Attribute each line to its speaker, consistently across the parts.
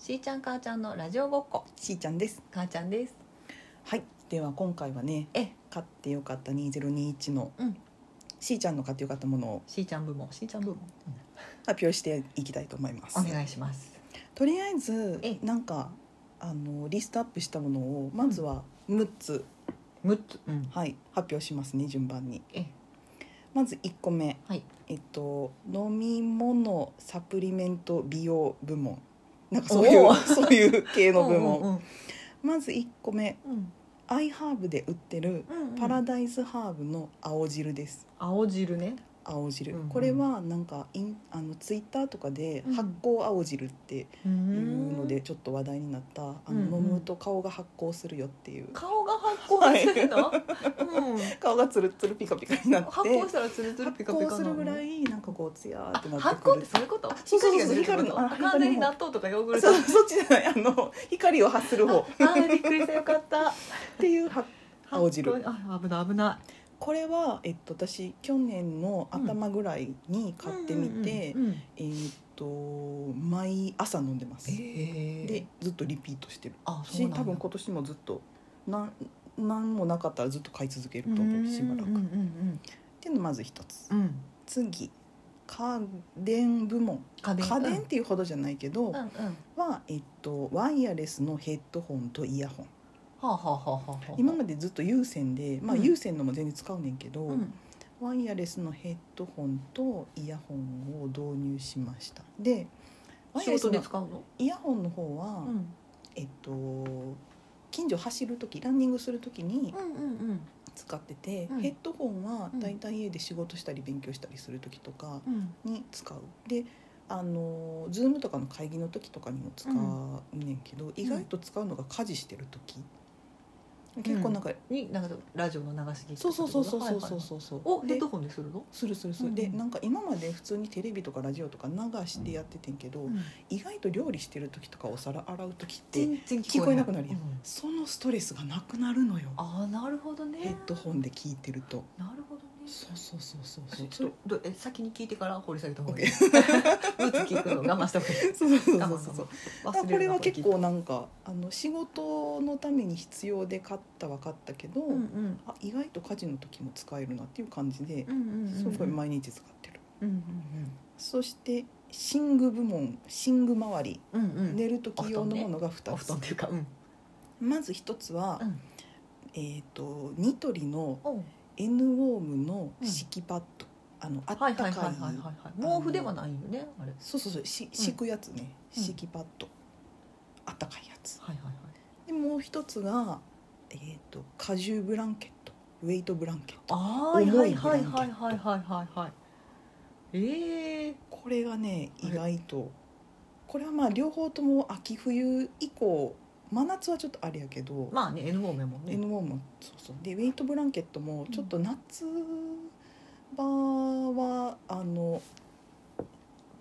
Speaker 1: しーちゃん母ちゃんのラジオごっこ
Speaker 2: しーちゃんです
Speaker 1: 母ちゃんです
Speaker 2: はいでは今回はね
Speaker 1: え
Speaker 2: 買ってよかった2021の、
Speaker 1: うん
Speaker 2: しーちゃんの買ってよかったものを
Speaker 1: しーちゃん部門しーちゃん部門、
Speaker 2: 発表していきたいと思います
Speaker 1: お願いします
Speaker 2: とりあえず
Speaker 1: え
Speaker 2: なんかあのリストアップしたものをまずは6つ、
Speaker 1: 6つうん
Speaker 2: はい発表しますね順番に
Speaker 1: え
Speaker 2: まず1個目
Speaker 1: はい
Speaker 2: えっと飲み物サプリメント美容部門なんかそうい
Speaker 1: お
Speaker 2: う
Speaker 1: お
Speaker 2: そういう系の部門
Speaker 1: うんうん
Speaker 2: まず1個目
Speaker 1: うん
Speaker 2: アイハーブで売ってる
Speaker 1: うんうん
Speaker 2: パラダイスハーブの青汁です、
Speaker 1: 青汁ね
Speaker 2: 青汁、
Speaker 1: うんうん
Speaker 2: これはなんかインあのツイッターとかで
Speaker 1: うん
Speaker 2: 発酵青汁って
Speaker 1: う
Speaker 2: い
Speaker 1: ん
Speaker 2: うのでちょっと話題になった、あ
Speaker 1: うんうん
Speaker 2: の飲むと顔が発酵するよっていう、
Speaker 1: 顔が発酵するの、うん
Speaker 2: 顔がつるつるピカピカになって
Speaker 1: 発酵したらツルツルピカピカなの
Speaker 2: 発酵するぐらいなんかこうツヤーってな
Speaker 1: あ
Speaker 2: っ
Speaker 1: 発
Speaker 2: てく
Speaker 1: 酵っ
Speaker 2: る
Speaker 1: てそういうこと
Speaker 2: そうそうそ
Speaker 1: 光が
Speaker 2: う
Speaker 1: 出てくるの
Speaker 2: 光るのあ
Speaker 1: あ完全に
Speaker 2: 光るの
Speaker 1: 納豆とかヨーグルト
Speaker 2: そうそっちじゃないあの光を発する方っ
Speaker 1: あーびっくりしたよかった
Speaker 2: ていう発青汁
Speaker 1: 発酵あ危ない危な
Speaker 2: これは、えっと、私去年の頭ぐらいに
Speaker 1: い
Speaker 2: 買ってみて、
Speaker 1: うんうんうんうん
Speaker 2: えーっと毎朝飲んでます、
Speaker 1: えー
Speaker 2: でずっとリピートしてる
Speaker 1: あそう
Speaker 2: し
Speaker 1: なんだ
Speaker 2: 多分今年もずっとなん何もなかったらずっと買い続けると思うしばらく。
Speaker 1: うんう
Speaker 2: っ
Speaker 1: ん
Speaker 2: ていうのまず一つ
Speaker 1: うんうん
Speaker 2: 次家電部門
Speaker 1: 家電
Speaker 2: 家電っていうほどじゃないけど、
Speaker 1: うんうんうんは
Speaker 2: は、えっと、ワイヤレスのヘッドホンとイヤホン
Speaker 1: あはあはあはあはあ
Speaker 2: 今までずっと有線で、まあ、
Speaker 1: うん
Speaker 2: 有線のも全然使うねんけど、
Speaker 1: うん
Speaker 2: ワイヤレスのヘッドホンとイヤホンを導入しましたでワイ
Speaker 1: 仕
Speaker 2: ヤレス
Speaker 1: 事で
Speaker 2: の
Speaker 1: 使うの
Speaker 2: イヤホンの方は、
Speaker 1: うん
Speaker 2: えっと近所走る時ランニングする時に、
Speaker 1: うんうんうん
Speaker 2: 使ってて、
Speaker 1: うん
Speaker 2: ヘッドホンは
Speaker 1: うん
Speaker 2: だいたい家で仕事したり勉強したりする時とか
Speaker 1: うん
Speaker 2: に使う、であのズームとかの会議の時とかにも使うねんけど、意外と使うのが家事してる時、結構なんか、
Speaker 1: になんかラジオの流し聞き
Speaker 2: そうそうそうそうそうそううそうそう
Speaker 1: おヘ
Speaker 2: で
Speaker 1: ッドホンでするの
Speaker 2: するするす
Speaker 1: う
Speaker 2: る、
Speaker 1: んうん
Speaker 2: でなんか今まで普通にテレビとかラジオとか流してやっててんけど、
Speaker 1: うん
Speaker 2: 意外と料理してる時とかお皿洗う時って
Speaker 1: 全然
Speaker 2: 聞こえなくなるやん
Speaker 1: うん
Speaker 2: そのストレスがなくなるのよ
Speaker 1: あーなるほどね
Speaker 2: ヘッドホンで聞いてると。
Speaker 1: なるほどね
Speaker 2: そうそうそうそう
Speaker 1: そ
Speaker 2: そう
Speaker 1: れそれどえ先に聞いてから掘り下げた方がいい
Speaker 2: OK
Speaker 1: ブツ聞くの我慢した方がいい
Speaker 2: そうそうそう
Speaker 1: 我慢
Speaker 2: そうそう
Speaker 1: 我慢忘
Speaker 2: あこ
Speaker 1: れる
Speaker 2: れ
Speaker 1: な
Speaker 2: は
Speaker 1: これ聞
Speaker 2: 結
Speaker 1: いて
Speaker 2: 構なんかあの仕事のために必要で買ったは買ったけど、
Speaker 1: うんうん
Speaker 2: あ意外と家事の時も使えるなっていう感じで
Speaker 1: う、んうんうん
Speaker 2: すごい毎日使ってる
Speaker 1: うん
Speaker 2: そして寝具部門寝具周り、
Speaker 1: うんうんうんうん
Speaker 2: 寝る時用のものが
Speaker 1: お
Speaker 2: 2
Speaker 1: 布
Speaker 2: つ、
Speaker 1: 団っていうかうん
Speaker 2: まず1つは、
Speaker 1: うん
Speaker 2: えっ、とニトリの
Speaker 1: おう
Speaker 2: N ウォームの敷きパッド、あのあっ
Speaker 1: は
Speaker 2: た
Speaker 1: いは
Speaker 2: か
Speaker 1: い
Speaker 2: い
Speaker 1: はいはいはいはい毛布ではないよねあれはい
Speaker 2: そうそうそうし敷くやつね、
Speaker 1: うん
Speaker 2: 敷きパッドあったかいやつ
Speaker 1: はいはい
Speaker 2: でもう一つが、えー、と果汁ブランケットウェイトブランケット
Speaker 1: あーはいはいはいはいはいはいはいええ
Speaker 2: これがね
Speaker 1: はい
Speaker 2: 意外とこれはまあ両方とも秋冬以降真夏はちょっとあれやけど、
Speaker 1: まあね N ボーメもね
Speaker 2: N1 もそうそうでウェイトブランケットもちょっと夏場はあの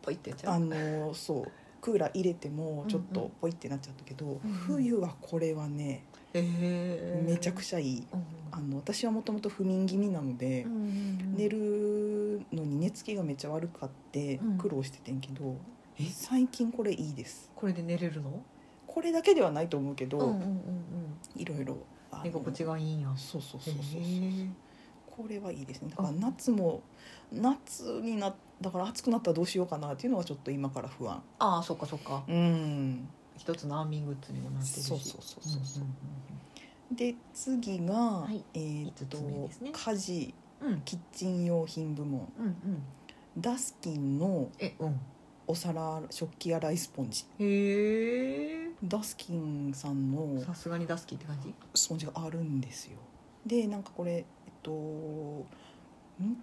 Speaker 1: ポイってやっちゃ
Speaker 2: あ
Speaker 1: う
Speaker 2: のそうクーラー入れてもちょっ
Speaker 1: うんう
Speaker 2: と
Speaker 1: ん
Speaker 2: ポイってなっちゃったけど、
Speaker 1: うん
Speaker 2: 冬はこれはね
Speaker 1: ええ
Speaker 2: めちゃく
Speaker 1: ゃ
Speaker 2: ちゃいい。
Speaker 1: うん
Speaker 2: あの私はもともと不眠気味なので、
Speaker 1: うんうん
Speaker 2: 寝るのに寝つきがめっちゃ悪かって
Speaker 1: うん
Speaker 2: 苦労しててんけど、
Speaker 1: え
Speaker 2: 最近これいいです
Speaker 1: これで寝れるの
Speaker 2: これだけではないと思うけど、
Speaker 1: うんうんうんうん
Speaker 2: いろいろあの
Speaker 1: 寝心地がいいんや
Speaker 2: そうそうそうそうそう、
Speaker 1: へー
Speaker 2: これはいいですねだか
Speaker 1: あ
Speaker 2: ら夏も夏になだから暑くなったらどうしようかなっていうのはちょっと今から不安
Speaker 1: ああそっかそっか
Speaker 2: うん
Speaker 1: 一つの安眠グッズにもなってるし
Speaker 2: そうそうそうそうそう
Speaker 1: うん
Speaker 2: で次が、
Speaker 1: い
Speaker 2: えーっ
Speaker 1: 五
Speaker 2: と、
Speaker 1: つ目ですね
Speaker 2: 家事
Speaker 1: うんうん
Speaker 2: キッチン用品部門
Speaker 1: うんうん
Speaker 2: ダスキンの
Speaker 1: えうん
Speaker 2: お皿食器洗いスポンジ
Speaker 1: へえ
Speaker 2: ダスキンさんの
Speaker 1: さすがに出す気って感じ
Speaker 2: スポンジがあるんですよでなんかこれえっとん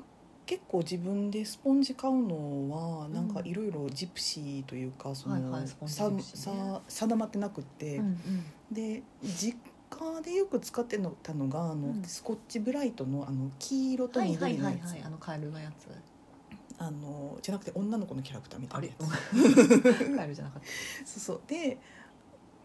Speaker 2: 結構自分でスポンジ買うのは
Speaker 1: ん
Speaker 2: なんかいろいろジプシーというかそ
Speaker 1: はいは
Speaker 2: の
Speaker 1: いスポンジ
Speaker 2: さ
Speaker 1: ジプシーね
Speaker 2: さ定まってなくって、
Speaker 1: うん
Speaker 2: で実家でよく使ってたのがあの、
Speaker 1: うん
Speaker 2: スコッチブライトのあの黄色と
Speaker 1: はいはい
Speaker 2: 緑の
Speaker 1: は
Speaker 2: や
Speaker 1: い
Speaker 2: つ
Speaker 1: はいあのカエルのやつ
Speaker 2: あのじゃなくて女の子のキャラクターみた
Speaker 1: あ
Speaker 2: いな
Speaker 1: れ
Speaker 2: やつ
Speaker 1: カエルじゃなかっ
Speaker 2: そうそうで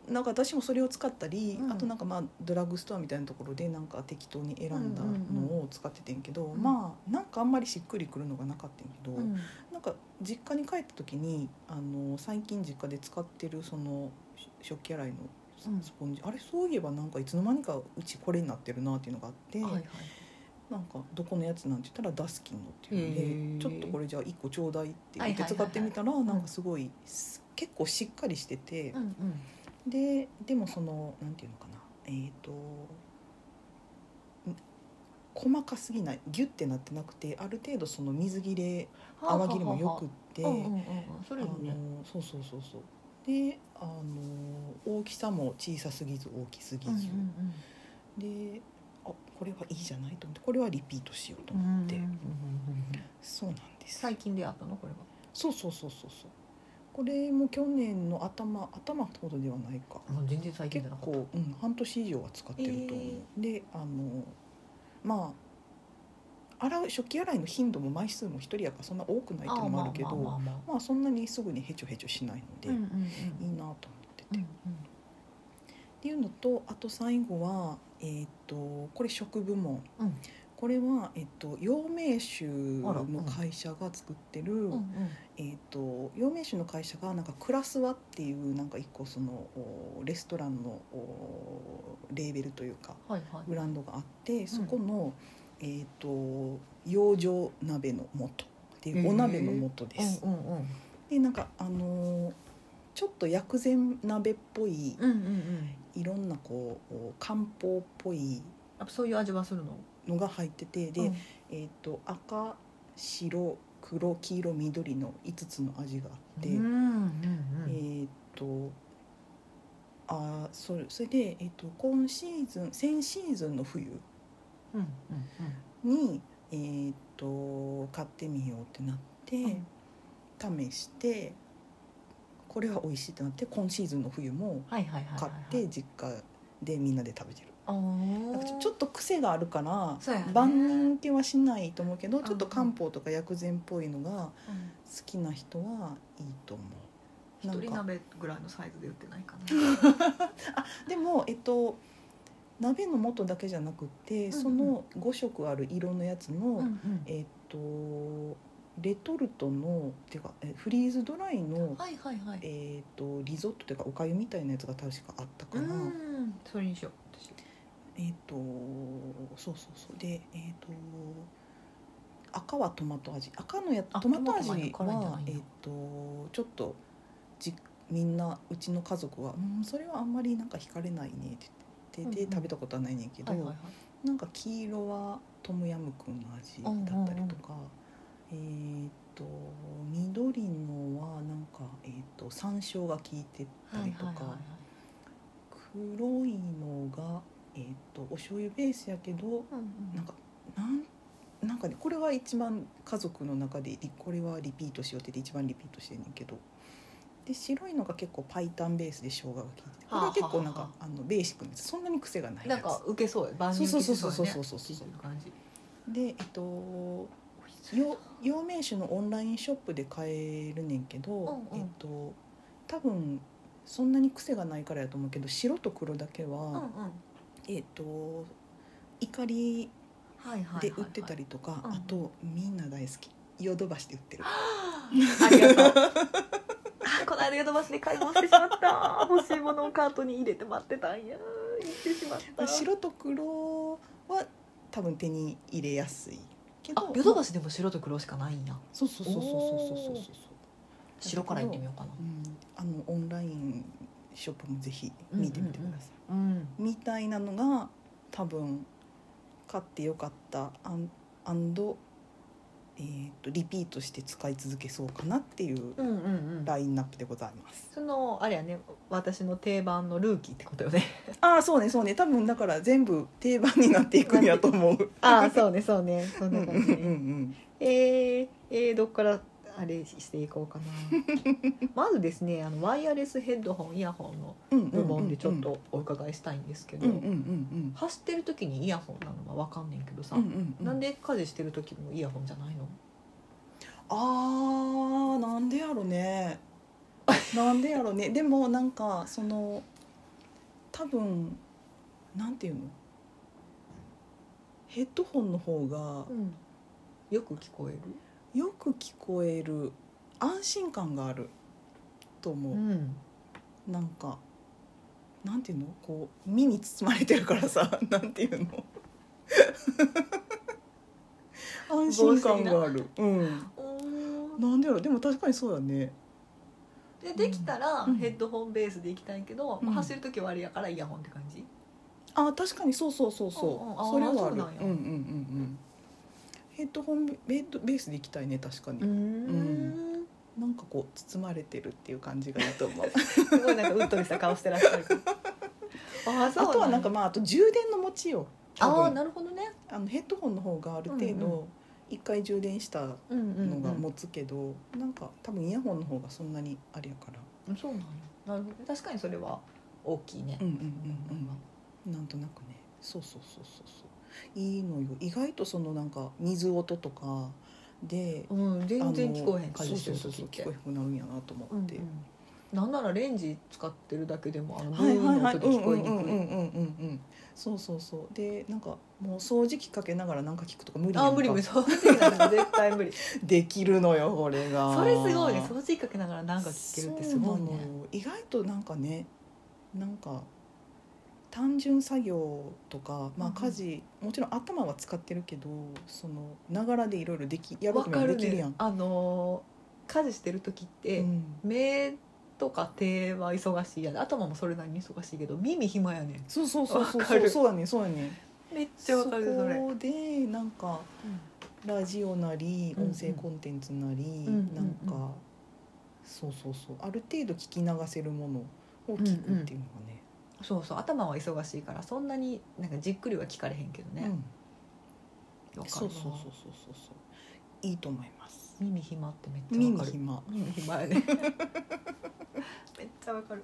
Speaker 2: なんか私もそれを使ったり、
Speaker 1: うん
Speaker 2: あとなんかまあドラッグストアみたいなところでなんか適当に選んだ
Speaker 1: うんうん
Speaker 2: のを使っててんけど、
Speaker 1: うん
Speaker 2: まあなんかあんまりしっくりくるのがなかったんやけど、
Speaker 1: うん
Speaker 2: なんか実家に帰った時にあの最近実家で使ってるそのし食器洗いのス
Speaker 1: うん
Speaker 2: スポンジ、あれそういえばなんかいつの間にかうちこれになってるなっていうのがあって、
Speaker 1: はいはい
Speaker 2: なんかどこのやつなんて言ったらダスキンのっていう
Speaker 1: へー
Speaker 2: のでちょっとこれじゃあ1個ちょうだいって
Speaker 1: はい
Speaker 2: 言っ
Speaker 1: はい
Speaker 2: て
Speaker 1: はいはい
Speaker 2: 使ってみたら
Speaker 1: ん
Speaker 2: なんかすごいす結構しっかりしてて
Speaker 1: うんうん
Speaker 2: ででもそのなんていうのかなえっとん細かすぎないギュッてなってなくてある程度その水切れ泡切れもよくって。
Speaker 1: うんうんうんうんそ
Speaker 2: あ
Speaker 1: れいいね
Speaker 2: のそうそうそうそうであの大きさも小さすぎず大きすぎ
Speaker 1: うんうん
Speaker 2: ず、であこれはいいじゃないと思ってこれはリピートしようと
Speaker 1: うん
Speaker 2: 思って、
Speaker 1: うんうんうん
Speaker 2: そうなんです、
Speaker 1: 最近であったのこれは
Speaker 2: そうそうそうそうそうこれも去年の頭頭ほどではないか
Speaker 1: もう全然最近
Speaker 2: 結
Speaker 1: じゃなかった
Speaker 2: 構、うん、半年以上は使ってると思う、であのまあ洗う食器洗いの頻度も枚数も一人やからそんな多くないっていうのもあるけど
Speaker 1: ーまあまあまあまあ
Speaker 2: まあそんなにすぐにヘチョヘチョしないので、
Speaker 1: うんうんうん
Speaker 2: いいなと思ってて、
Speaker 1: うん
Speaker 2: っ
Speaker 1: うん
Speaker 2: ていうのとあと最後は、えー、とこれ食部門、
Speaker 1: うん
Speaker 2: これは、えっと陽明酒
Speaker 1: あらう
Speaker 2: の
Speaker 1: ん
Speaker 2: 会社が作ってる、
Speaker 1: うんうん
Speaker 2: えっと陽明酒の会社がなんかクラスワっていうなんか一個そのおレストランのおレーベルというか
Speaker 1: はいはい
Speaker 2: ブランドがあってそこの、えっと養生鍋の素っていうお鍋の素です。
Speaker 1: うんうんうん
Speaker 2: でなんかあのーちょっと薬膳鍋っぽい
Speaker 1: うんうんうん
Speaker 2: いろんなこう漢方っぽい
Speaker 1: やっぱそういう味はするの
Speaker 2: のが入っててで、
Speaker 1: うん
Speaker 2: えー、と赤白黒黄色緑の5つの味があって、
Speaker 1: うん
Speaker 2: えー、とあーそれそれで、えー、と今シーズン先シーズンの冬
Speaker 1: うんうんうん
Speaker 2: に、えー、と買ってみようってなって、試してこれは美味しいってなって今シーズンの冬も
Speaker 1: はいはいはいはい
Speaker 2: 買
Speaker 1: はい
Speaker 2: って実家でみんなで食べてる。
Speaker 1: あ
Speaker 2: なん
Speaker 1: ー
Speaker 2: かちょちょっと癖があるから
Speaker 1: そうやね
Speaker 2: 万人受けはしないと思うけど
Speaker 1: ん
Speaker 2: ちょっと漢方とか薬膳っぽいのが
Speaker 1: うん
Speaker 2: 好きな人はいいと思う。なん
Speaker 1: 一人
Speaker 2: か
Speaker 1: 鍋ぐらいのサイズで売ってないかな。
Speaker 2: でもえっと鍋の素だけじゃなくて、
Speaker 1: ん
Speaker 2: その5色ある色のやつの、
Speaker 1: うんうん
Speaker 2: えっとレトルトのっていうかえフリーズドライの、
Speaker 1: はいはいはい。
Speaker 2: えっとリゾットというかおかゆみたいなやつが確かあったか
Speaker 1: う
Speaker 2: な。
Speaker 1: ん、それにしよう。私
Speaker 2: えっ、とそうそうそうでえっ、と赤はトマト味赤のや
Speaker 1: あ
Speaker 2: トマト味
Speaker 1: トマトの辛いのが
Speaker 2: はいえ
Speaker 1: い
Speaker 2: っ、
Speaker 1: の
Speaker 2: とちょっとじみんなうちの家族は「うんそれはあんまりなんか惹かれないね」って言って
Speaker 1: うん
Speaker 2: で、
Speaker 1: うん
Speaker 2: 食べたことはないねんけど、
Speaker 1: はいはいはい。
Speaker 2: なんか黄色はトムヤムクンの味だったりとか、えっ、と緑のはなんか、えー、と山椒が効いてたりとか。
Speaker 1: はいはいはいはい
Speaker 2: 黒いのが、えー、とお醤油ベースやけど
Speaker 1: うんう
Speaker 2: なんかなんなんかねこれは一番家族の中でリこれはリピートしようって言って一番リピートしてんねんけどで白いのが結構白湯ベースで生姜が効いててこれは結構なんか
Speaker 1: はあは
Speaker 2: あのベーシックなやつそんなに癖がない
Speaker 1: な
Speaker 2: や
Speaker 1: ん
Speaker 2: つ
Speaker 1: か受けそうや。万人
Speaker 2: そう
Speaker 1: 受
Speaker 2: そ
Speaker 1: け
Speaker 2: うそうそう
Speaker 1: やね。
Speaker 2: そううそう
Speaker 1: 聞いてる感じ。
Speaker 2: でえっとよ陽明酒のオンラインショップで買えるねんけど、
Speaker 1: うんうん
Speaker 2: えっと多分そんなに癖がないからやと思うけど白と黒だけは、
Speaker 1: うんうん。
Speaker 2: えっと怒り
Speaker 1: はいはい。
Speaker 2: で売ってた
Speaker 1: り。
Speaker 2: りとか、
Speaker 1: うん
Speaker 2: あとみんな大好きヨドバシで売ってる
Speaker 1: ありがとう。あこの間ヨドバシで買い物してしまった。欲しいものをカートに入れて待ってたんや。行ってしまった。
Speaker 2: 白と黒は多分手に入れやすいけ
Speaker 1: あ
Speaker 2: ど
Speaker 1: ヨドバ
Speaker 2: シ
Speaker 1: シでも白と黒しかないんや。
Speaker 2: そうそうそうそうそうそうそうそう
Speaker 1: 白から行ってみようかな。
Speaker 2: うんあのオンラインショップもぜひ見てみてください、
Speaker 1: うん。
Speaker 2: みたいなのが多分買ってよかったアンアンド、えー、とリピートして使い続けそうかなっていう
Speaker 1: うんうんうん。
Speaker 2: ラインナップでございます。
Speaker 1: そのあれやね私の定番のルーキーってことよね
Speaker 2: ああそうねそうね多分だから全部定番になっていくんやと 思う。
Speaker 1: ああそうねそうねそ
Speaker 2: うんん
Speaker 1: なん
Speaker 2: うう
Speaker 1: 感じね、
Speaker 2: ん
Speaker 1: えー、えーどっからあれしていこうか なまずですねあのワイヤレスヘッドホンイヤホンの
Speaker 2: うんうん
Speaker 1: 部門でちょっとお伺いしたいんですけど、
Speaker 2: うんうんうん
Speaker 1: 走ってる時にイヤホンなのは分かんねんけどさ、
Speaker 2: うんうんうん
Speaker 1: なんで家事してる時もイヤホンじゃないの
Speaker 2: あーなんでやろねなんでやろねでもなんかその多分なんていうのヘッドホンの方
Speaker 1: う
Speaker 2: が
Speaker 1: ん、よく聞こえる、
Speaker 2: よく聞こえる安心感があると思う、
Speaker 1: ん、
Speaker 2: なんかなんていうのこう身に包まれてるからさ なんていう の安心感があるうんなんでやろでも確かにそうだね
Speaker 1: でできたら
Speaker 2: うん
Speaker 1: ヘッドホンベースで行きたいけど、
Speaker 2: うん
Speaker 1: まあ、走る時はあれやからイヤホンって感じ、
Speaker 2: あ確かにそうそうそうそう、
Speaker 1: うんうんあー
Speaker 2: それはあ
Speaker 1: そう
Speaker 2: る
Speaker 1: なんや
Speaker 2: うんうんうんうんヘッドホンベヘッドベースで行きたいね確かに、んなんかこう包まれてるっていう感じがいいと 思う
Speaker 1: すごいなんかうっとりした顔してらっしゃ るああ
Speaker 2: あとはなんかまああと充電の持ちよ多分
Speaker 1: ああなるほどね、
Speaker 2: あのヘッドホンの方がある程
Speaker 1: うんう
Speaker 2: 度一回充電したの
Speaker 1: うん
Speaker 2: が持つけど、なんか多分イヤホンの方がそんなにあれやから
Speaker 1: そうなのなるほど確かにそれは大きいね
Speaker 2: うんうんうんうんなんとなくねそうそうそうそうそういいのよ意外とそのなんか水音とかで
Speaker 1: うん、全然
Speaker 2: あの
Speaker 1: 聞こえへん
Speaker 2: そう
Speaker 1: 感じして
Speaker 2: そう
Speaker 1: る
Speaker 2: そう
Speaker 1: 時
Speaker 2: そう
Speaker 1: っ
Speaker 2: 聞
Speaker 1: て
Speaker 2: こえなくなるんやなと思って、
Speaker 1: なんならレンジ使ってるだけでもあのブ
Speaker 2: はい
Speaker 1: ー
Speaker 2: はい
Speaker 1: ンの
Speaker 2: はい
Speaker 1: 音
Speaker 2: う
Speaker 1: で聞
Speaker 2: んう
Speaker 1: こえ
Speaker 2: ん
Speaker 1: に
Speaker 2: うんうんうん
Speaker 1: くい
Speaker 2: うんそうそうそうでなんかもう掃除機かけながらなんか聞くとか無理やん
Speaker 1: あ
Speaker 2: か
Speaker 1: ー無理無理掃除機なんて絶対 無理
Speaker 2: できるのよこれが
Speaker 1: それすごいね掃除機かけながらなんか聞けるってすごい
Speaker 2: そうな
Speaker 1: ね
Speaker 2: のよ意外となんかねなんか単純作業とか、まあ、
Speaker 1: うん
Speaker 2: 家事、もちろん頭は使ってるけどそのながらでいろいろできやることもできるやん。
Speaker 1: あのー家事してる時っ
Speaker 2: う
Speaker 1: て、
Speaker 2: ん
Speaker 1: 目とか手は忙しいやん頭もそれなりに忙しいけど耳暇やねん
Speaker 2: そうそうそうそう
Speaker 1: わ
Speaker 2: そ
Speaker 1: か
Speaker 2: う
Speaker 1: る
Speaker 2: そうだねそうだね
Speaker 1: めっちゃわかるそれ
Speaker 2: こでなんかラジオなり
Speaker 1: うんうん
Speaker 2: 音声コンテンツなり、
Speaker 1: んうんうん
Speaker 2: なんか、そうそうそうある程度聞き流せるものを聞くっていうのがね、
Speaker 1: そうそう頭は忙しいからそんなになんかじっくりは聞かれへんけど
Speaker 2: うん
Speaker 1: ね、わかるわ
Speaker 2: そうそうそうそうそうそういいと思います。
Speaker 1: 耳暇ってめっちゃ
Speaker 2: 耳
Speaker 1: わかる
Speaker 2: 暇
Speaker 1: 耳暇 やねめっちゃわかる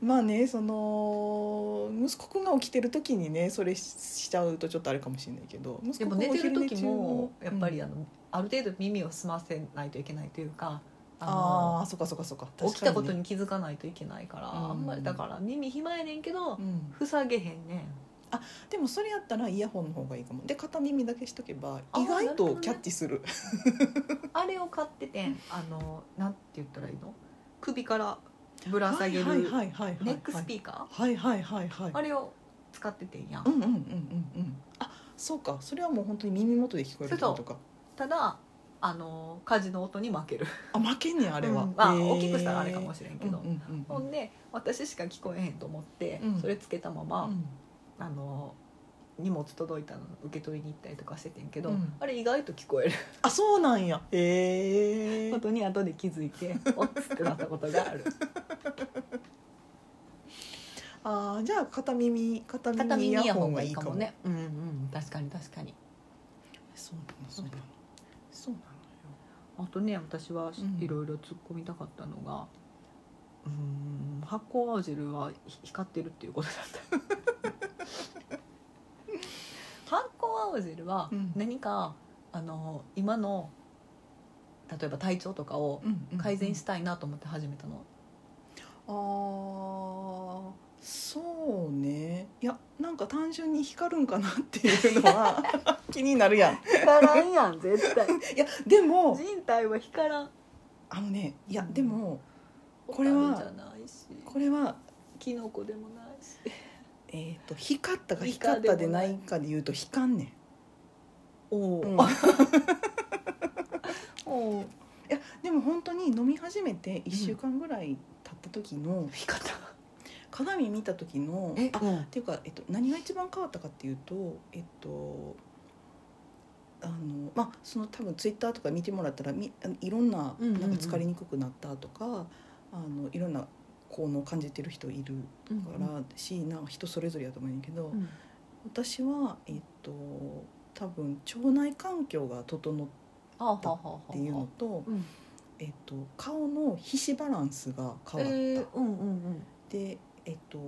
Speaker 2: まあねその息子くんが起きてる時にねそれししちゃうとちょっとあれかもしれないけど息
Speaker 1: で
Speaker 2: 子
Speaker 1: も
Speaker 2: くん
Speaker 1: 寝
Speaker 2: お
Speaker 1: てる
Speaker 2: 昼寝
Speaker 1: 時
Speaker 2: 中の
Speaker 1: もやっぱり
Speaker 2: うん
Speaker 1: あの、ある程度耳を澄ませないといけないというかあの
Speaker 2: ああそっかそっかそっか
Speaker 1: 起きたこと
Speaker 2: に、
Speaker 1: に気づかないといけないから、
Speaker 2: うん
Speaker 1: あんまりだから耳暇やねんけど、
Speaker 2: うん、
Speaker 1: 塞げへんねん
Speaker 2: でもそれやったらイヤホンの方がいいかもで片耳だけしとけば
Speaker 1: あー
Speaker 2: 意外
Speaker 1: なるほど
Speaker 2: と
Speaker 1: ね
Speaker 2: キャッチする
Speaker 1: あれを買っててんあのなんて言ったらいいの首からぶら下げる
Speaker 2: はいはいはいはいはい
Speaker 1: ネックスピーカー、
Speaker 2: はいはいはいはい
Speaker 1: あれを使っててんやん、
Speaker 2: うんうんうんうんうんあそうかそれはもう本当に耳元で聞こえるってことか
Speaker 1: ただあの家事の音に負ける
Speaker 2: あ負けんねんあ
Speaker 1: あ
Speaker 2: れは、
Speaker 1: まあ、
Speaker 2: へー
Speaker 1: 大きくしたらあれかもしれんけど、
Speaker 2: うんうんうん
Speaker 1: ほんで私しか聞こえへんと思って、
Speaker 2: うん
Speaker 1: それつけたま
Speaker 2: う
Speaker 1: ま、
Speaker 2: ん
Speaker 1: あの荷物届いたの受け取りに行ったりとかしててんけど、
Speaker 2: うん
Speaker 1: あれ意外と聞こえる
Speaker 2: あそうなんやへえ
Speaker 1: ことに後で気づい て「おっ」つってなったことがある
Speaker 2: あーじゃあ片耳片
Speaker 1: 片
Speaker 2: 耳
Speaker 1: 耳
Speaker 2: イ
Speaker 1: イ
Speaker 2: ヤ
Speaker 1: ヤ
Speaker 2: ホ
Speaker 1: ホ
Speaker 2: ン
Speaker 1: ン
Speaker 2: が
Speaker 1: が
Speaker 2: い
Speaker 1: い
Speaker 2: い
Speaker 1: い
Speaker 2: か
Speaker 1: か
Speaker 2: も
Speaker 1: も
Speaker 2: ね
Speaker 1: ねうんうん確かに確かに
Speaker 2: そうなのそうなのそうなのよ
Speaker 1: あとね私はし
Speaker 2: うん
Speaker 1: いろいろ突っ込みたかったのが、うーん発酵青汁はひ光ってるっていうことだ った発酵青汁は
Speaker 2: うん
Speaker 1: 何か、あの今の例えば体調とかを改善したたいなと思って始めたの、
Speaker 2: あーそうねいやなんか単純に光るんかなっていうのは 気になるやん
Speaker 1: 光らんやん絶対
Speaker 2: いやでも
Speaker 1: 人体は光らん
Speaker 2: あのねいや
Speaker 1: うん
Speaker 2: でもこ
Speaker 1: こ
Speaker 2: れ
Speaker 1: れ
Speaker 2: は
Speaker 1: はじゃないし
Speaker 2: これは
Speaker 1: キノコでもないし
Speaker 2: えー、と光ったか
Speaker 1: 光
Speaker 2: 光ったでないかで言うと光んねん
Speaker 1: おお、
Speaker 2: うん
Speaker 1: おお
Speaker 2: いやでも本当に飲み始めて1週間ぐらい経った時の、
Speaker 1: 光った
Speaker 2: 鏡見た時の
Speaker 1: え
Speaker 2: あ
Speaker 1: うん
Speaker 2: っていうか、えっと、何が一番変わったかっていうとえっとあのまあその多分ツイッターとか見てもらったらみあのいろんな
Speaker 1: うんうん
Speaker 2: な
Speaker 1: うん
Speaker 2: んか疲れにくくなったとか、あのいろんな効能を感じてる人いるから、しなんか人それぞれやと思うんやけど、
Speaker 1: うん
Speaker 2: 私はえっと多分腸内環境が整っ
Speaker 1: あははは
Speaker 2: ていうのと、
Speaker 1: うん
Speaker 2: えっと、顔の皮脂バランスが変わった。
Speaker 1: えーうんうんうん
Speaker 2: でえっと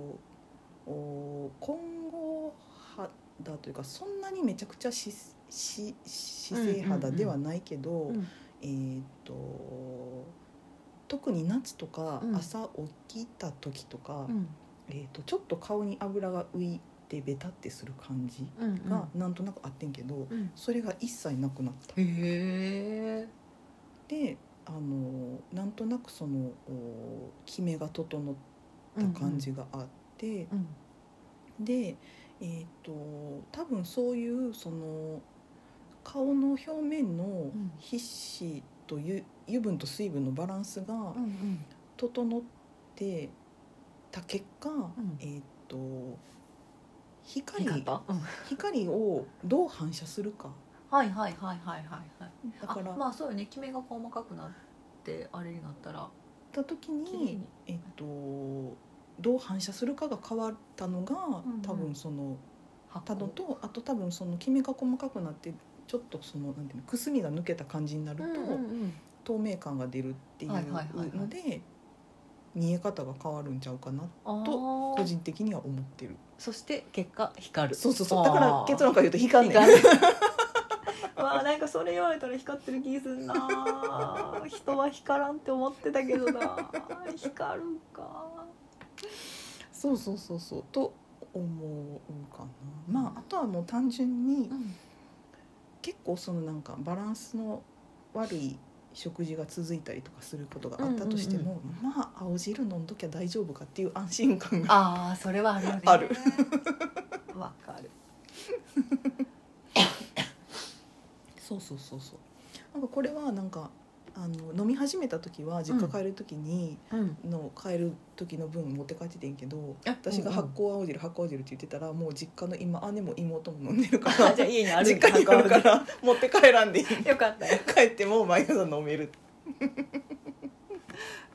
Speaker 2: お今後肌というかそんなにめちゃくちゃしし姿勢肌ではないけど、
Speaker 1: うん
Speaker 2: えっと特に夏とか
Speaker 1: うん
Speaker 2: 朝起きた時とか、
Speaker 1: うん
Speaker 2: えー、とちょっと顔に油が浮いてベタってする感じ
Speaker 1: うんうん
Speaker 2: がなんとなくあってんけど、
Speaker 1: うん
Speaker 2: それが一切なくなった。
Speaker 1: へえ
Speaker 2: であのなんとなくそのお決めが整った感じがあって、
Speaker 1: うん
Speaker 2: で、えー、と多分そういうその顔の表面の
Speaker 1: ん
Speaker 2: 皮脂とゆ油分と水分のバランスが
Speaker 1: うんうん
Speaker 2: 整ってた結果、
Speaker 1: ん
Speaker 2: えー、と
Speaker 1: いい
Speaker 2: 光
Speaker 1: 方うん
Speaker 2: 光をどう反射するか
Speaker 1: はいはいはいはいはいはい
Speaker 2: だから、
Speaker 1: あまあそうよねキメが細かくなってあれになったら
Speaker 2: った時
Speaker 1: 綺麗
Speaker 2: に
Speaker 1: に
Speaker 2: えっと、どう反射するかが変わったのが、
Speaker 1: うんうん
Speaker 2: 多分その
Speaker 1: 発
Speaker 2: たのとあと多分そのきめが細かくなってちょっとそのなんていうのくすみが抜けた感じになる
Speaker 1: う
Speaker 2: と、
Speaker 1: んうんうん
Speaker 2: 透明感が出るっていう
Speaker 1: はいはいはいはい
Speaker 2: ので見え方が変わるんちゃうかな
Speaker 1: あー
Speaker 2: 個人的には思ってる
Speaker 1: そして結果光る
Speaker 2: そうそうそうだから結論から言うと光んねん
Speaker 1: 光るわあなんかそれ言われたら光ってる気すんな人は光らんって思ってたけどな光るんか
Speaker 2: そうそうそうそうと思うかな、まああとはもう単純に、
Speaker 1: ん
Speaker 2: 結構そのなんかバランスの悪い食事が続いたりとかすることがあったとしても、まあ青汁飲んどきゃ大丈夫かっていう安心感が
Speaker 1: ああそれはあるよね
Speaker 2: ある
Speaker 1: わかる
Speaker 2: そうそうそうそうなんかこれはなんかあの飲み始めた時は実家帰る時に、
Speaker 1: うん
Speaker 2: の帰る時の分持って帰っててんけど
Speaker 1: え
Speaker 2: 私が
Speaker 1: うんうん
Speaker 2: 発酵青汁発酵青汁って言ってたらもう実家の今姉も妹も飲んでるか
Speaker 1: あ
Speaker 2: ら
Speaker 1: じゃあ 家にあるん
Speaker 2: 実
Speaker 1: だ
Speaker 2: 家にあるから持って帰らんでいい
Speaker 1: よかったよ
Speaker 2: 帰っても毎朝飲める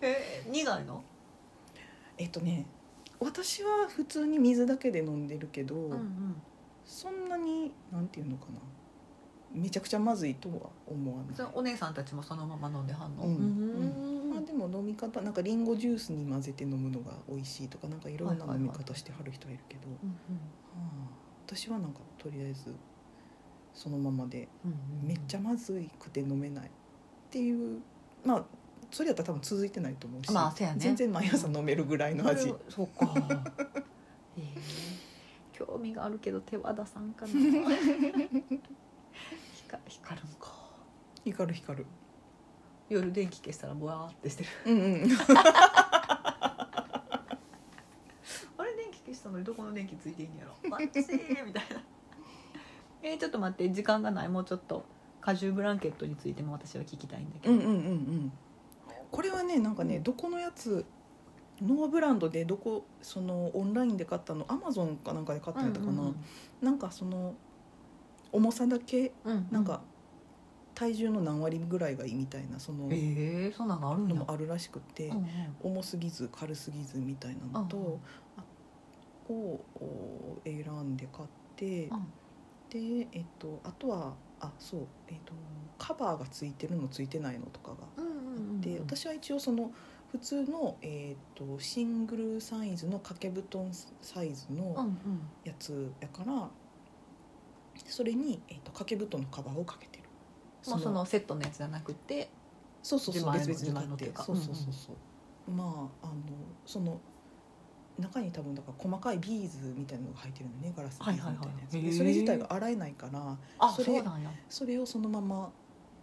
Speaker 1: えー苦いの
Speaker 2: えっとね私は普通に水だけで飲んでるけど、
Speaker 1: ん
Speaker 2: そんなになんていうのかなめちゃくちゃまずいとは思わ
Speaker 1: そ
Speaker 2: ない
Speaker 1: の、お姉さんたちもそのまま飲んではんの
Speaker 2: うん
Speaker 1: うん
Speaker 2: まあ、でも飲み方なんかリンゴジュースに混ぜて飲むのが美味しいとかなんかいろんな
Speaker 1: はいはいはい
Speaker 2: 飲み方してはる人はいるけど、
Speaker 1: うん
Speaker 2: はあ私はなんかとりあえずそのままで
Speaker 1: うんうん
Speaker 2: めっちゃまずいくて飲めないっていうまあそれやったら多分続いてないと思うし、
Speaker 1: まあそうやね
Speaker 2: 全然毎朝飲めるぐらいの味、
Speaker 1: それそうかええ興味があるけど手は出さん かな光光るんか
Speaker 2: 光る光る
Speaker 1: 夜電気消したらぼわーってしてる
Speaker 2: うんうん
Speaker 1: あれ電気消したのにどこの電気ついていいんやろマッチーみたいな えー、ちょっと待って時間がないもうちょっと果汁ブランケットについても私は聞きたいんだけ
Speaker 2: う
Speaker 1: ど、
Speaker 2: んうんうんうんこれはねなんかね、
Speaker 1: うん
Speaker 2: どこのやつノーブランドでどこそのオンラインで買ったのアマゾンかなんかで買ったんやったかな、なんかその重さだけ
Speaker 1: うん
Speaker 2: なんか体重の何割ぐらいがいいみたいなその
Speaker 1: ええそんなのあるん
Speaker 2: の
Speaker 1: や
Speaker 2: もあるらしくて、
Speaker 1: うんうん
Speaker 2: 重すぎず軽すぎずみたいなのと、
Speaker 1: うん
Speaker 2: あをお選んで買って、
Speaker 1: うん
Speaker 2: で、えっと、あとはあそう、えっと、カバーがついてるのついてないのとかが
Speaker 1: うんうんうん
Speaker 2: で私は一応その普通の、えー、とシングルサイズの掛け布団サイズ
Speaker 1: うんう
Speaker 2: の
Speaker 1: ん
Speaker 2: やつやからそれに、えー、と掛け布団のカバーをかけてる
Speaker 1: まあそのセットのやつじゃなくて
Speaker 2: そうそう
Speaker 1: 自
Speaker 2: そう
Speaker 1: 前の
Speaker 2: 別々に
Speaker 1: 自前
Speaker 2: 買
Speaker 1: のっ
Speaker 2: っ
Speaker 1: てい
Speaker 2: て
Speaker 1: うか
Speaker 2: そうそうそうそう、まああのその中に多分だから細かいビーズみたいなのが入ってるのねガラスビーズみたいなやつ、
Speaker 1: はいはいはいへ
Speaker 2: で
Speaker 1: ー
Speaker 2: それ自体が洗えないから
Speaker 1: あ
Speaker 2: そ
Speaker 1: そ
Speaker 2: れ
Speaker 1: うなんや
Speaker 2: それをそのまま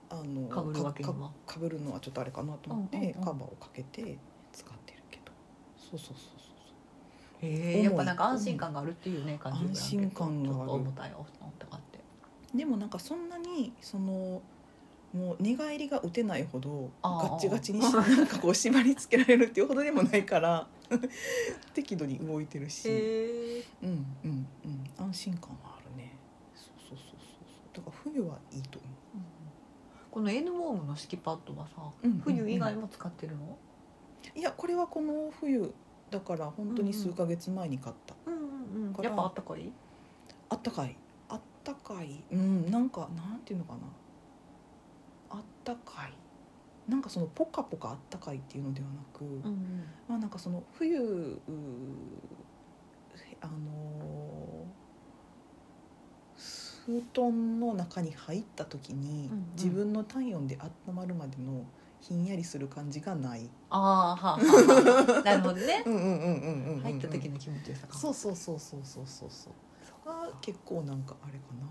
Speaker 2: あの
Speaker 1: かぶるわけには
Speaker 2: かぶるのはちょっとあれかなと思って、
Speaker 1: うんうんうん
Speaker 2: カバーをかけて使ってるけどそうそうそうそう
Speaker 1: へえ
Speaker 2: 重い
Speaker 1: やっぱなんか安心感があるっていうね感じ
Speaker 2: 安心感がある
Speaker 1: ちょっと重たいお布団とかって
Speaker 2: そうでもなんかそんなにそのもう寝返りが打てないほど
Speaker 1: あー
Speaker 2: ガッチガチ にしなんかこう縛り付けられるっていうほどでもないから 適度に動いてるし、
Speaker 1: へえ
Speaker 2: うんうんうん安心感はあるねそうそうそうそうだから冬はいいと思
Speaker 1: この N ウォームの敷きパッドはさ
Speaker 2: う、うんうんうん
Speaker 1: 冬以外も使ってるの
Speaker 2: いやこれはこの冬だから本当に数ヶ月前に買った、
Speaker 1: うんうん
Speaker 2: これ
Speaker 1: やっ
Speaker 2: は
Speaker 1: ぱあったかい
Speaker 2: あったかいあったかいうんなんかなんていうのかなあったかいなんかそのポカポカあったかいっていうのではなく、
Speaker 1: ん
Speaker 2: まあなんかその冬うーあのー布団の中に入った時に、
Speaker 1: うんうん
Speaker 2: 自分の体温で温まるまでのひんやりする感じがない。
Speaker 1: ああはあはあ はあなるほどね
Speaker 2: うんうんうんうんうんうん。
Speaker 1: 入った時の気持ちよさか
Speaker 2: そうそうそうそうそうそうそう。
Speaker 1: そう
Speaker 2: が結構なんかあれかな。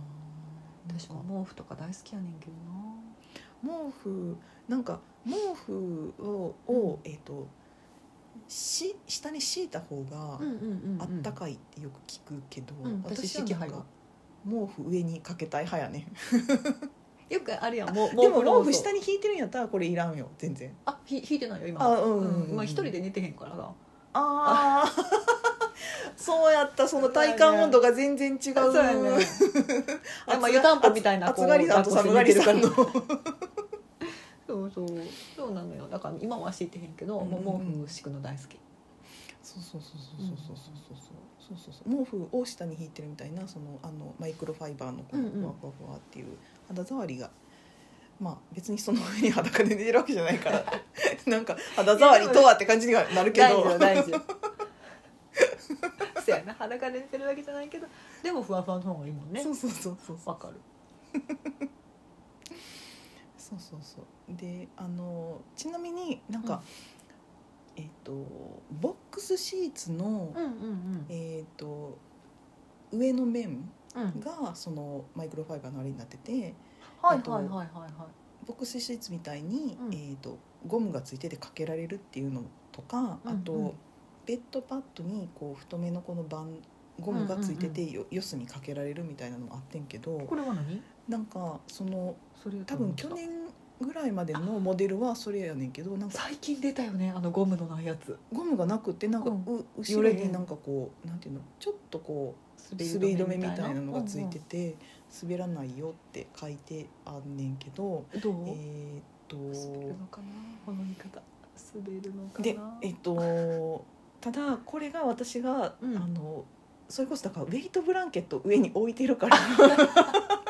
Speaker 1: 私も毛布とか大好きやねんけど
Speaker 2: 毛布なんか毛布を,を、えっ、とし下に敷いた方が
Speaker 1: な、うんうん
Speaker 2: あった
Speaker 1: か
Speaker 2: かいってよく聞くけど、
Speaker 1: うん私
Speaker 2: はなん
Speaker 1: 敷き
Speaker 2: か
Speaker 1: 派
Speaker 2: 毛布上にかけたい派やね
Speaker 1: よくあるやんもう
Speaker 2: でも毛布
Speaker 1: に
Speaker 2: 下に引いてるんやったらこれいらんよ全然
Speaker 1: あひ引いてないよ今
Speaker 2: あうんうんうん
Speaker 1: まあ一人で寝てへんからな
Speaker 2: ああ そうやったその体感温度が全然違う
Speaker 1: そうや ねあまあ湯たんぽみたいな
Speaker 2: 暑がりさんと
Speaker 1: こう
Speaker 2: 寒がりさんの
Speaker 1: 学そうそうそうなのよだから今は敷いてへんけど、
Speaker 2: うんうん
Speaker 1: もう毛布敷くの大好き
Speaker 2: そうそうそうそうそうそうそうそうそうそう毛布を下に引いてるみたいなそのあのマイクロファイバーのこの
Speaker 1: うんうん
Speaker 2: ふわふわふわっていう肌触りが、まあ別にその上に裸で寝てるわけじゃないからなんか肌触りとはって感じにはなるけ
Speaker 1: 大
Speaker 2: ど
Speaker 1: 事よ大 事よそうやな裸で寝てるわけじゃないけどでもふわふわの方がいいもんね
Speaker 2: そうそうそうそうそう
Speaker 1: わかる
Speaker 2: そうそうそうであのちなみになんか、えっ、とボックスシーツの、
Speaker 1: うんうん
Speaker 2: えっ、と上の面
Speaker 1: うんうん
Speaker 2: がそのマイクロファイバーのあれになってて
Speaker 1: はいはいはいはいは
Speaker 2: ボックスシーツみたいに、
Speaker 1: うん
Speaker 2: えー、とゴムがついててかけられるっていうのとか、
Speaker 1: うんうん
Speaker 2: あとベッドパッドにこう太めのこのバンゴムがついてて、よ四隅かけられるみたいなのもあってんけ
Speaker 1: い
Speaker 2: ど
Speaker 1: これは何
Speaker 2: なんかその
Speaker 1: それ
Speaker 2: 多分去年ぐらいまでのモデルはそれやねんけどなんか
Speaker 1: 最近出たよねあのゴムのないやつ
Speaker 2: ゴムがなくってなんか、
Speaker 1: うん
Speaker 2: う後ろになんかこうなんていうのちょっとこう滑り止めみたいなのがついてて、滑らないよって書いてあんねんけど、
Speaker 1: うんうんどう、
Speaker 2: えーっと
Speaker 1: 滑るのかなこの言い方滑るのかな
Speaker 2: でえっとただこれが私が、
Speaker 1: うん
Speaker 2: あのそれこそだからウェイトブランケットを上に置いてるから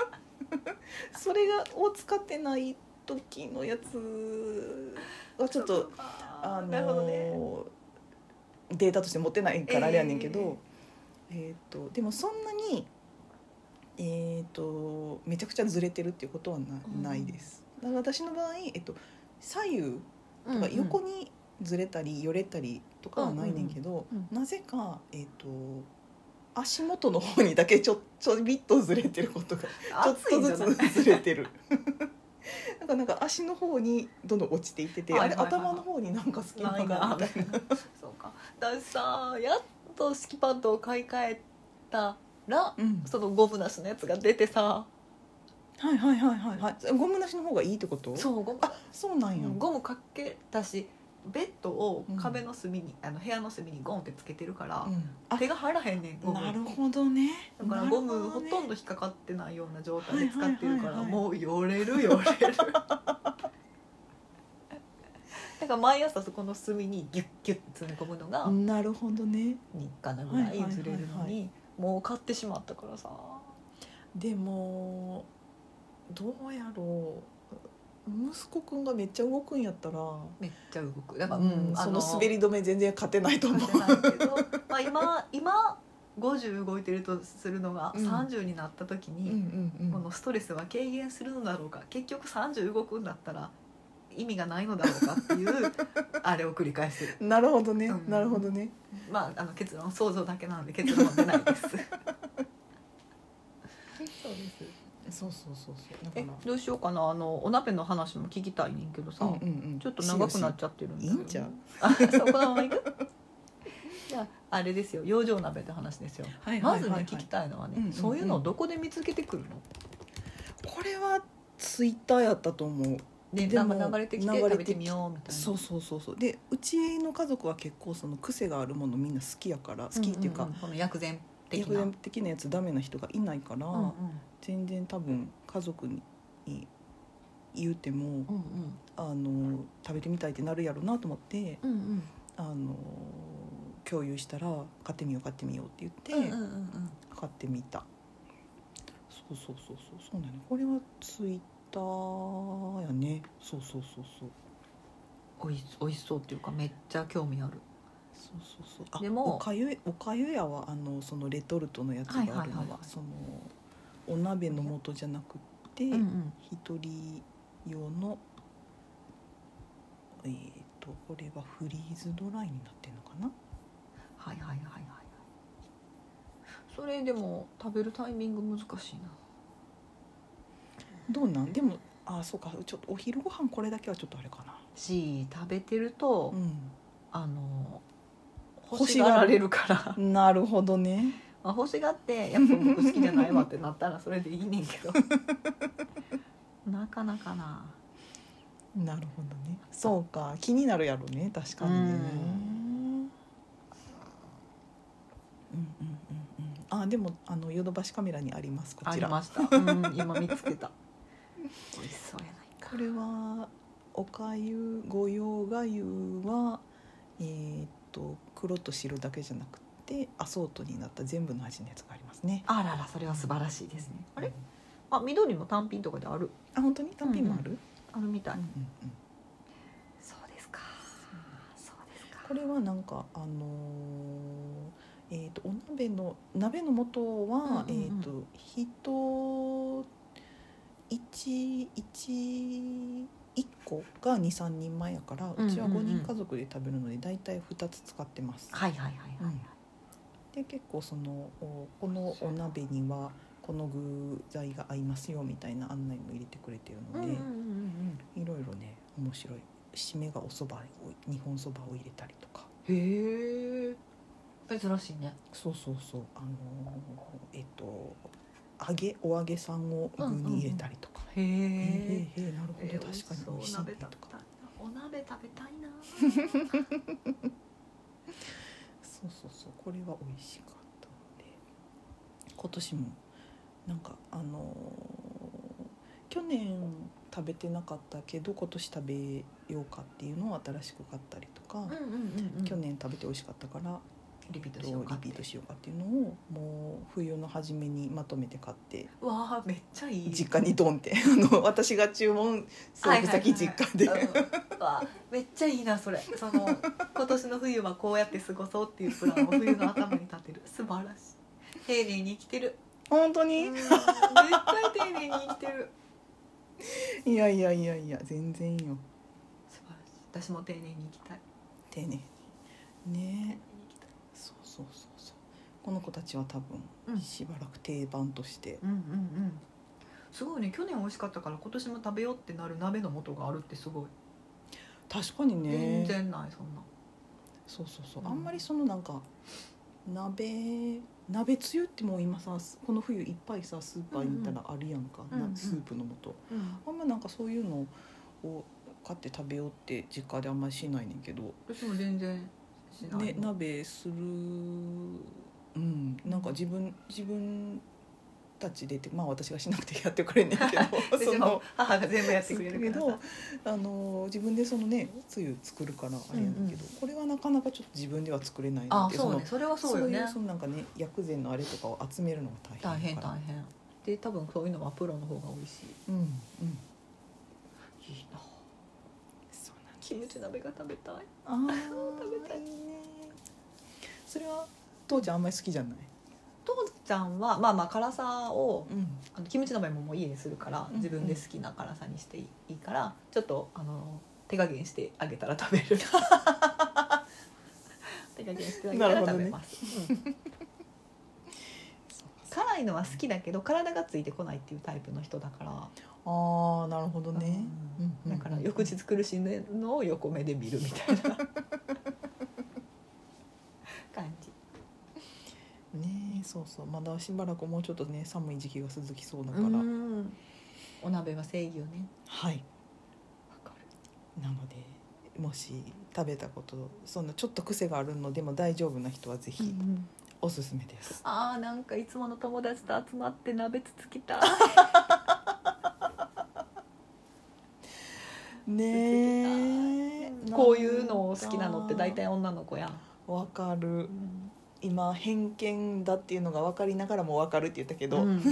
Speaker 2: それがを使ってない時のやつはちょっとあ
Speaker 1: あ
Speaker 2: の
Speaker 1: なるほどね
Speaker 2: データとして持ってないからあれやねんけど、えーとでもそんなに、えー、とめちゃくちゃずれてるっていうことはな,、
Speaker 1: うん
Speaker 2: ないです。だから私の場合、えっと、左右とか
Speaker 1: うんうん
Speaker 2: 横にずれたりよれたりとかはないねんけど、
Speaker 1: うんうん
Speaker 2: なぜか、えー、と足元の方にだけちょちょびっとずれてることがちょっ
Speaker 1: 暑い
Speaker 2: と
Speaker 1: んじ
Speaker 2: ず
Speaker 1: ゃない
Speaker 2: つずれてる なんかなんか足の方にどんどん落ちていってて、
Speaker 1: はいはいはい
Speaker 2: あれ頭の方になんか隙間
Speaker 1: ない
Speaker 2: があ
Speaker 1: な
Speaker 2: るみたいな
Speaker 1: そうか私さやっと敷きパッドを買い替えたら
Speaker 2: うん
Speaker 1: そのゴムなしのやつが出てさ
Speaker 2: はいはいはいはいはいゴムなしの方がいいってことう
Speaker 1: そうゴム
Speaker 2: あそうなんや
Speaker 1: ゴムかけたしベッドを壁の隅に、あの部屋の隅にゴンってつけてるから
Speaker 2: う、んあ
Speaker 1: 手が入らへんねんゴム
Speaker 2: なるほどね
Speaker 1: だからゴムほとんど
Speaker 2: ど
Speaker 1: 引っかかってないような状態で使ってるから、
Speaker 2: はいはいはいはい
Speaker 1: もうよれるよれ るだから毎朝そこの隅にギュッギュッて詰め込むのが
Speaker 2: なるほどね
Speaker 1: 日課なぐらいずれる
Speaker 2: はいは
Speaker 1: の
Speaker 2: いはい
Speaker 1: にもう買ってしまったからさ
Speaker 2: でもどうやろう息子くんがめっちゃ動くんやったら、
Speaker 1: めっちゃ動くだから、
Speaker 2: うん、その滑り止め全然勝てないと思う
Speaker 1: 勝てないけど、まあ、今今50動いてるとするのが
Speaker 2: うん
Speaker 1: 30になった時
Speaker 2: うんう
Speaker 1: に、
Speaker 2: んうん
Speaker 1: このストレスは軽減するのだろうか結局30動くんだったら意味がないのだろうかっていうあれを繰り返 してる
Speaker 2: なるほどね、
Speaker 1: うん
Speaker 2: なるほどね
Speaker 1: まああの結論想像だけなので結論は出ないですそうです
Speaker 2: そうそうそうそうだ
Speaker 1: えどうしようかなあのお鍋の話も聞きたいねんけどさ、
Speaker 2: うんうんうん、
Speaker 1: ちょっと長くなっ
Speaker 2: し
Speaker 1: ちゃってるんだ
Speaker 2: いいんちゃう
Speaker 1: あそうこのままいく じゃああれですよ養生鍋って話ですよ、
Speaker 2: はいはいはいはい
Speaker 1: まずね聞きたいのはね、
Speaker 2: うんうんうん
Speaker 1: そういうのをどこで見つけてくるの
Speaker 2: これはツイッターやったと思う
Speaker 1: で
Speaker 2: でも
Speaker 1: なんか流れてきて
Speaker 2: 流れてき
Speaker 1: 食べてみようみたいな
Speaker 2: そうそうそうそうでうちの家族は結構その癖があるものみんな好きやから好きっていうか、
Speaker 1: んんんこの薬膳的
Speaker 2: 薬
Speaker 1: な
Speaker 2: 膳的なやつダメな人がいないから、
Speaker 1: うんうん
Speaker 2: 全然多分家族に言うても
Speaker 1: うん
Speaker 2: あの食べてみたいってなるやろうなと思って
Speaker 1: うんうんうん
Speaker 2: あの共有したら買ってみよう買ってみようって言
Speaker 1: うん
Speaker 2: って、
Speaker 1: うんうん
Speaker 2: 買ってみたそうそうそうそうそうなのこれはツイッターやねそうそうそうそう
Speaker 1: おいしおいしそうっていうかめっちゃ興味ある
Speaker 2: そうそうそうあ
Speaker 1: でも
Speaker 2: おかゆおかゆやはあのそのレトルトのやつがあるのは,、
Speaker 1: はいはいはいはい
Speaker 2: そのお鍋の素じゃなくて、
Speaker 1: うんうん
Speaker 2: 一人用のえっ、とこれはフリーズドライになってるのかな
Speaker 1: はいはいはいはいそれでも食べるタイミング難しいな
Speaker 2: どうなんでもあそうかちょっとお昼ご飯これだけはちょっとあれかな
Speaker 1: し食べてると、
Speaker 2: う
Speaker 1: あの
Speaker 2: 欲
Speaker 1: 欲
Speaker 2: し
Speaker 1: し
Speaker 2: がる
Speaker 1: がられるから
Speaker 2: んなるほどね
Speaker 1: まあ、欲しがってやっぱ僕好きじゃないわってなったらそれでいいねんけ どなかなかな
Speaker 2: なるほどねそうか気になるやろね確かにね
Speaker 1: うん
Speaker 2: うんうんうんうんあでもあのヨドバシカメラにありますこ
Speaker 1: あ
Speaker 2: ち
Speaker 1: り
Speaker 2: ら
Speaker 1: ました、 うん、今見つけた美味しそうやないか
Speaker 2: これはおかゆご用がゆはえーっと黒と白だけじゃなくてアソートになった全部の味のやつがありますね
Speaker 1: あららそれは素晴らしいですねあれあ緑も単品とかである
Speaker 2: あ本当に単品もある、
Speaker 1: あるみたい、
Speaker 2: うんうんうん
Speaker 1: そうですかそうですか
Speaker 2: これはなんかあのーえー、とお鍋の鍋の素は、
Speaker 1: うんうんうん
Speaker 2: えっ、と人一一一個が二三人前やからうちは
Speaker 1: うんうん
Speaker 2: 五
Speaker 1: うん
Speaker 2: 人家族で食べるのでだいたい二つ使ってます。
Speaker 1: はいはいはいはいはい、
Speaker 2: で結構そのおこのお鍋にはこの具材が合いますよみたいな案内も入れてくれてる
Speaker 1: うん
Speaker 2: の
Speaker 1: うん
Speaker 2: で、
Speaker 1: うんうん
Speaker 2: いろいろね面白い締めがお蕎麦を日本蕎麦を入れたりとか。
Speaker 1: へえ珍しいね
Speaker 2: そうそうそうあのーえっと揚げお揚げさんを具に入れたりとか、
Speaker 1: へ
Speaker 2: へ
Speaker 1: え
Speaker 2: えへえなるほど、
Speaker 1: えー
Speaker 2: 確
Speaker 1: 美
Speaker 2: かに美味
Speaker 1: 味
Speaker 2: し
Speaker 1: し
Speaker 2: い
Speaker 1: そう
Speaker 2: ね
Speaker 1: お鍋食べたい
Speaker 2: とか
Speaker 1: なお鍋食べたいな
Speaker 2: そうそうそうこれは美味しかったので今年もなんかあのー去年食べてなかったけど今年食べようかっていうのを新しく買ったりとか、
Speaker 1: うんうんうんうん
Speaker 2: 去年食べて美味しかったから
Speaker 1: リピー
Speaker 2: ど
Speaker 1: ト
Speaker 2: う
Speaker 1: しようか
Speaker 2: リ
Speaker 1: って
Speaker 2: ピートしようかっていうのをもう冬の初めにまとめて買って
Speaker 1: わあめっちゃいい
Speaker 2: 実家にドンってあの私が注文する先実家で、
Speaker 1: はいはいはいはいうんわあめっちゃいいなそれそ の今年の冬はこうやって過ごそうっていうプランを冬の頭に立てる素晴らしい丁寧に生きてる
Speaker 2: 本当
Speaker 1: うん
Speaker 2: に
Speaker 1: 絶対丁寧に生きてる
Speaker 2: いやいやいやいや全然いいよ
Speaker 1: 素晴らしい私も丁寧に生きたい
Speaker 2: 丁寧に
Speaker 1: 丁寧
Speaker 2: ね
Speaker 1: に生きたい
Speaker 2: そうそうそうそうこの子たちは多
Speaker 1: う
Speaker 2: 分
Speaker 1: ん
Speaker 2: しばらく定番として、
Speaker 1: うんうんうんすごいね去年美味しかったから今年も食べようってなる鍋の素があるってすごい
Speaker 2: 確かに
Speaker 1: 全
Speaker 2: ね
Speaker 1: 然ないそんな
Speaker 2: そうそうそう、
Speaker 1: うん
Speaker 2: あんまりそのなんか鍋鍋つゆってもう今さこの冬いっぱいさスーパーに行ったらあるやんか、
Speaker 1: うんうん
Speaker 2: なスープの素、
Speaker 1: うん
Speaker 2: あんまなんかそういうのを買って食べようって実家であんまりしないねんけど
Speaker 1: 私も全然しない
Speaker 2: ね、鍋するうんなんか自分自分たちでってまあ私がしなくてやってくれんねんけど
Speaker 1: 私
Speaker 2: そ
Speaker 1: も
Speaker 2: の
Speaker 1: 母が全部やって
Speaker 2: す
Speaker 1: くれ
Speaker 2: るけ
Speaker 1: るから
Speaker 2: ど
Speaker 1: さ
Speaker 2: あの自分でそのねつゆ作るからあれやねんけど、
Speaker 1: うんうん
Speaker 2: これはなかなかちょっと自分では作れないな
Speaker 1: あ
Speaker 2: って
Speaker 1: そうねそれは
Speaker 2: そ
Speaker 1: そうよ
Speaker 2: い
Speaker 1: ね
Speaker 2: うそのなんかね薬膳のあれとかを集めるのが大変
Speaker 1: 大変
Speaker 2: だから
Speaker 1: 大変で多分そういうのはプロの方が美味し
Speaker 2: うんうん
Speaker 1: いいいな
Speaker 2: そうなんです
Speaker 1: キムチ鍋が食べたい
Speaker 2: あー
Speaker 1: 食べたい
Speaker 2: いいねそれは父ちゃんあんまり好きじゃない、
Speaker 1: 父ちゃんはまあまあ辛さを
Speaker 2: うん
Speaker 1: あのキムチ鍋ももう家でするから
Speaker 2: うん
Speaker 1: 自分で好きな辛さにしていいからちょっとあの手加減してあげたら食べ る手加減してあげたら食べます、うん辛いのは好きだけど体がついてこないっていうタイプの人だから
Speaker 2: ああなるほどね、
Speaker 1: うん
Speaker 2: うんう
Speaker 1: だ
Speaker 2: ん
Speaker 1: から翌日苦しんでるのを横目で見るみたい な感じ
Speaker 2: ねえそうそうまだしばらくもうちょっとね寒い時期が続きそうだ
Speaker 1: だ
Speaker 2: か、
Speaker 1: かららお鍋は正義よね
Speaker 2: はい
Speaker 1: わかる
Speaker 2: なのでもし食べたことそんなちょっと癖があるのでも大丈夫な人はぜひおすすめです、
Speaker 1: あーなんかいつもの友達と集まって鍋つつき たい
Speaker 2: ね え
Speaker 1: こういうのを好きなのって大体女の子やん、
Speaker 2: わかる
Speaker 1: うん
Speaker 2: 今偏見だっていうのが分かりながらも分かるって言ったけど、
Speaker 1: うん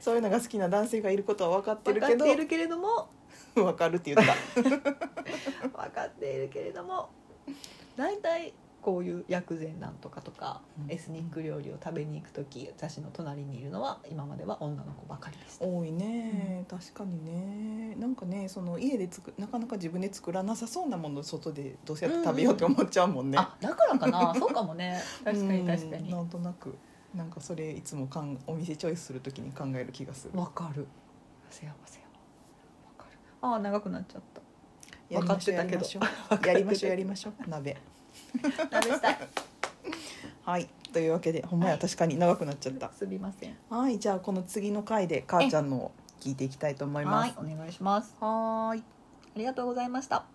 Speaker 2: そういうのが好きな男性がいることは分かって
Speaker 1: 分
Speaker 2: る
Speaker 1: か
Speaker 2: け
Speaker 1: っ
Speaker 2: ど
Speaker 1: てい るけれども
Speaker 2: 分かるって言っ た
Speaker 1: 分かっているけれども大体こういう薬膳なんとかとか、
Speaker 2: うん
Speaker 1: エスニック料理を食べに行く時私の隣にいるのは今までは女の子ばかりでした。
Speaker 2: 多いね、確かにねなんかねその家で作なかなか自分で作らなさそうなものを外でどうせやって食べようって思っちゃうもんね、
Speaker 1: あだからかなそうかも ね確かに確か
Speaker 2: うん
Speaker 1: に
Speaker 2: な。んとなくなんかそれいつもかんお店チョイスするときに考える気がする
Speaker 1: わかる。せやわせやわ。わかる。ああ長くなっちゃった。
Speaker 2: やりましょう
Speaker 1: 分かってたけど
Speaker 2: やりましょうやりましょうやりましょう鍋
Speaker 1: 食べた い。
Speaker 2: はいというわけでほんまや確かに長くなっちゃった
Speaker 1: すみません。
Speaker 2: はいじゃあこの次の回で母ちゃんのを聞いていきたいと思いま
Speaker 1: は
Speaker 2: す
Speaker 1: いお願いします。
Speaker 2: はーい
Speaker 1: ありがとうございました。